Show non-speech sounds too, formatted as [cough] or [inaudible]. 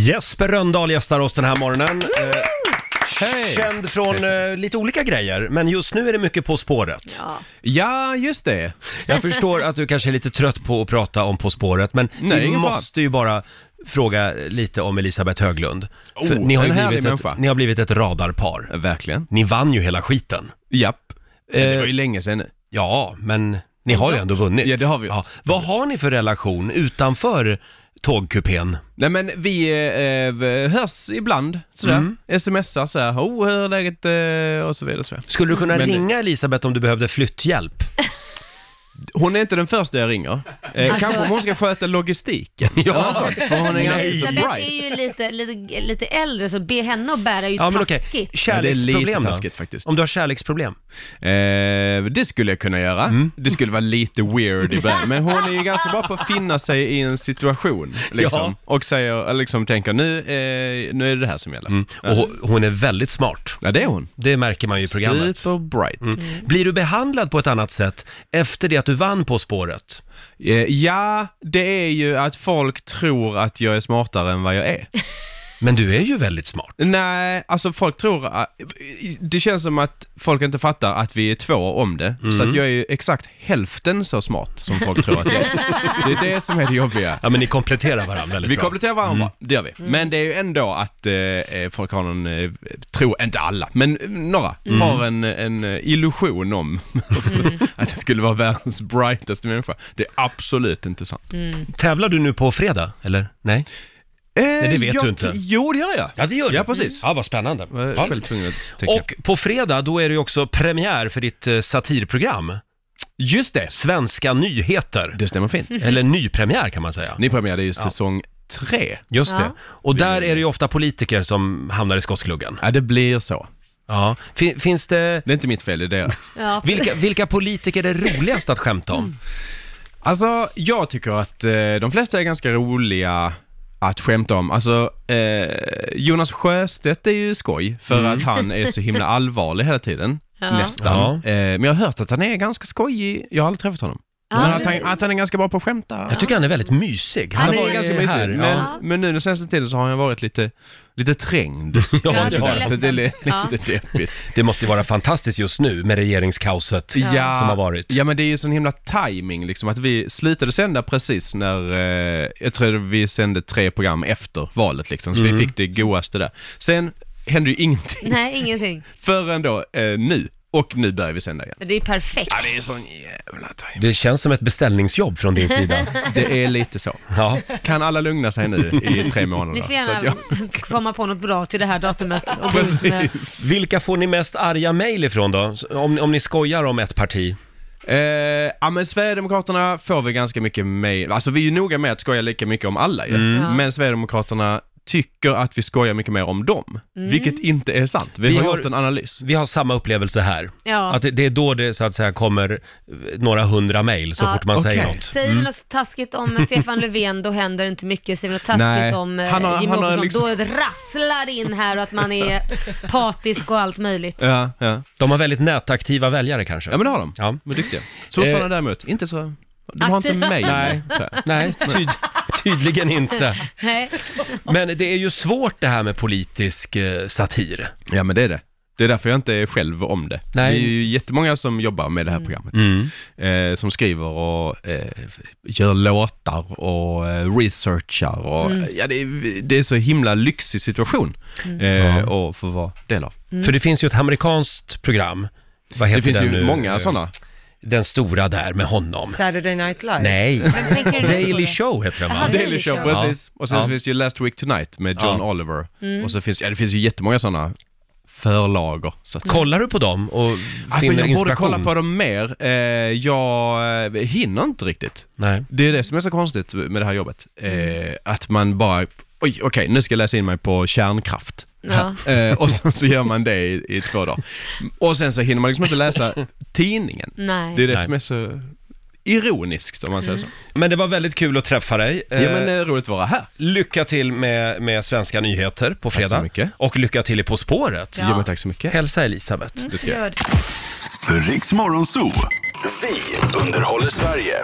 Jesper Röndahl gästar oss den här morgonen. Eh, Hej! känd från eh, lite olika grejer, men just nu är det mycket På spåret. Ja, [laughs] just det. Jag förstår att du kanske är lite trött på att prata om På spåret, men Nej, vi ingen fara. måste ju bara fråga lite om Elisabeth Höglund. För Oh, ni, har ju en härlig blivit människa. ett, ni har blivit ett radarpar. Verkligen. Ni vann ju hela skiten. Japp. Men det Eh, var ju länge sedan nu. Ja, men ni har ju ändå vunnit. Ja, det har vi gjort. Vad har ni för relation utanför tågkupén? Nej men vi eh, v- hörs ibland sådär. Smsar såhär, oh hur är läget eh, och så vidare. och Så. vidare. Skulle du kunna Men- ringa Elisabeth om du behövde [laughs] flytthjälp? Hon är inte den första jag ringer. Eh, Kanske om hon ska sköta logistiken. ja. För hon är ganska så Elisabeth är bright. ju lite, lite, lite äldre, så be henne att bära är ju Ja, men okej. taskigt. Ja, det är Kärleksproblem lite då? taskigt faktiskt. Om du har kärleksproblem? Eh, det skulle jag kunna göra. Det skulle vara lite weird i början. Men hon är ju ganska bra på att finna sig i en situation. Liksom. Och säger, eller liksom tänker nu, eh, nu är det det här som gäller. Och hon- hon är väldigt smart. Ja det är hon. Det märker man ju i programmet. Superbright. Blir du behandlad på ett annat sätt efter det att du vann På spåret? Eh, Ja, det är ju att folk tror att jag är smartare än vad jag är. Men du är ju väldigt smart. Nej, alltså folk tror att, Det känns som att folk inte fattar att vi är två om det. Så att jag är ju exakt hälften så smart som folk tror att jag är. Det är det som är det jobbiga. Ja, men ni kompletterar varandra väldigt Vi bra. kompletterar varandra, det gör vi. Men det är ju ändå att eh, eh, folk har någon, eh, tro, inte alla, men eh, några, har en, en eh, illusion om [laughs] att jag skulle vara världens brightaste människa. Det är absolut inte sant. Tävlar du nu på fredag, eller? Nej? Nej, det vet jag, du inte. Eh, Jo, det gör jag. det gör du. Ja, precis. Ja, vad spännande. Jag är Ja. själv tvungen att tänka. Och på fredag, då är det ju också premiär för ditt eh, satirprogram, just det! Svenska nyheter. Det stämmer fint. Eller nypremiär kan man säga. Ni premiärade ju säsong tre. Just det. Ja. Och där är det ju ofta politiker som hamnar i skottgluggen. Ja, det blir så. Ja. Fin- Finns det... Det är inte mitt fel, det är deras. Ja. Vilka, vilka politiker är roligast att skämta Mm. om? [laughs] Alltså, jag tycker att eh, de flesta är ganska roliga att skämta om. Alltså, eh, Jonas Sjöstedt är ju skoj för att han är så [laughs] himla allvarlig hela tiden. Ja. Nästan. Ja. Eh, men jag har hört att han är ganska skojig. Jag har aldrig träffat honom. Ja, men att det- han, att han är ganska bra på att skämta. Jag tycker han är väldigt mysig. Han har är varit ganska mysig, här, men, ja. men nu den senaste tiden så har han varit lite, lite trängd. [laughs] Ja, Ja, det, det har är han. så det är li- Ja. lite deppigt. det måste ju vara fantastiskt just nu med regeringskaoset. Ja, Som har varit. ja, men det är ju sån himla timing liksom att vi slutade sända precis när, eh, jag tror vi sände tre program efter valet liksom, Mm. så vi fick det godaste där. Sen hände ju ingenting Nej, ingenting. [laughs] förrän då eh, nu, och nu börjar vi sända igen. Det är perfekt. Det är sån jävla timing. Det känns som ett beställningsjobb från [laughs] din sida. Det är lite så. Ja. Kan alla lugna sig nu i tre Ni månader? får Så gärna att [laughs] jag... komma på något bra till det här datumet och gå ut med. Precis. Vilka får ni mest arga mejl ifrån då? Om, om ni skojar om ett parti. Eh, ja men Sverigedemokraterna får vi ganska mycket mejl, alltså vi är ju noga med att skoja lika mycket om alla ju. Mm. Ja. Men Sverigedemokraterna tycker att vi skojar mycket mer om dem, vilket inte är sant. Vi, Vi har har- gjort en analys. Vi har samma upplevelse här. Ja. Att det, det är då det så att säga kommer eh, några hundra mejl så Ja. fort man säger Okej. något. Säger vi något taskigt om [laughs] Stefan Löfven, då händer inte mycket. Säger vi något taskigt Nej. om Han han har- Jimmie han har Åkesson, liksom- då rasslar det in här och att [laughs] man är patisk och allt möjligt. Ja, ja. De har väldigt nätaktiva väljare kanske. ja men det har de. Ja. De är duktiga. Sossarna Eh. däremot, inte så... De har inte Aktiva. mejl. [laughs] Nej. Nej, [laughs] tyd, tydligen inte. Nej. Men det är ju svårt det här med politisk eh, satir. Ja men det är det. Det är därför jag inte är själv om det. Nej. Mm. Det är ju jättemånga som jobbar med det här programmet. Eh, som skriver och eh, gör låtar och eh, researchar och Mm. ja, det, är, det är så himla lyxig situation eh, att få vara del av. Mm. För det finns ju ett amerikanskt program. Vad Det heter finns den ju nu? många Eh, sådana. Den stora där med honom. Saturday Night Live. Nej, tänker du på Daily det? Show heter den va? Aha, Det- Daily Show, Show. precis. Och sen Ja. så finns det ju Last Week Tonight med John Ja. Oliver. Mm. Och så finns, ja, det finns ju jättemånga sådana förlagor. Så att Kollar du på dem och Alltså finner jag borde inspiration? kolla på dem mer. Eh, jag eh, hinner inte riktigt. Nej. Det är det som är så konstigt med det här jobbet. Eh, att man bara, oj, okej, nu ska jag läsa in mig på kärnkraft. Ja. Eh, och så, så gör man det i, i två dagar. Och sen så hinner man liksom inte läsa tidningen. Nej. Det är det Nej. som är så ironiskt om man säger så. Men det var väldigt kul att träffa dig. Ja men Eh, eh, roligt att vara här. Lycka till med, med svenska nyheter på fredag. så mycket. Och lycka till i På spåret. Ja. men tack så mycket. Hälsa Elisabeth. Det ska jag. Gör det. Riks Morgonzoo. Vi underhåller Sverige.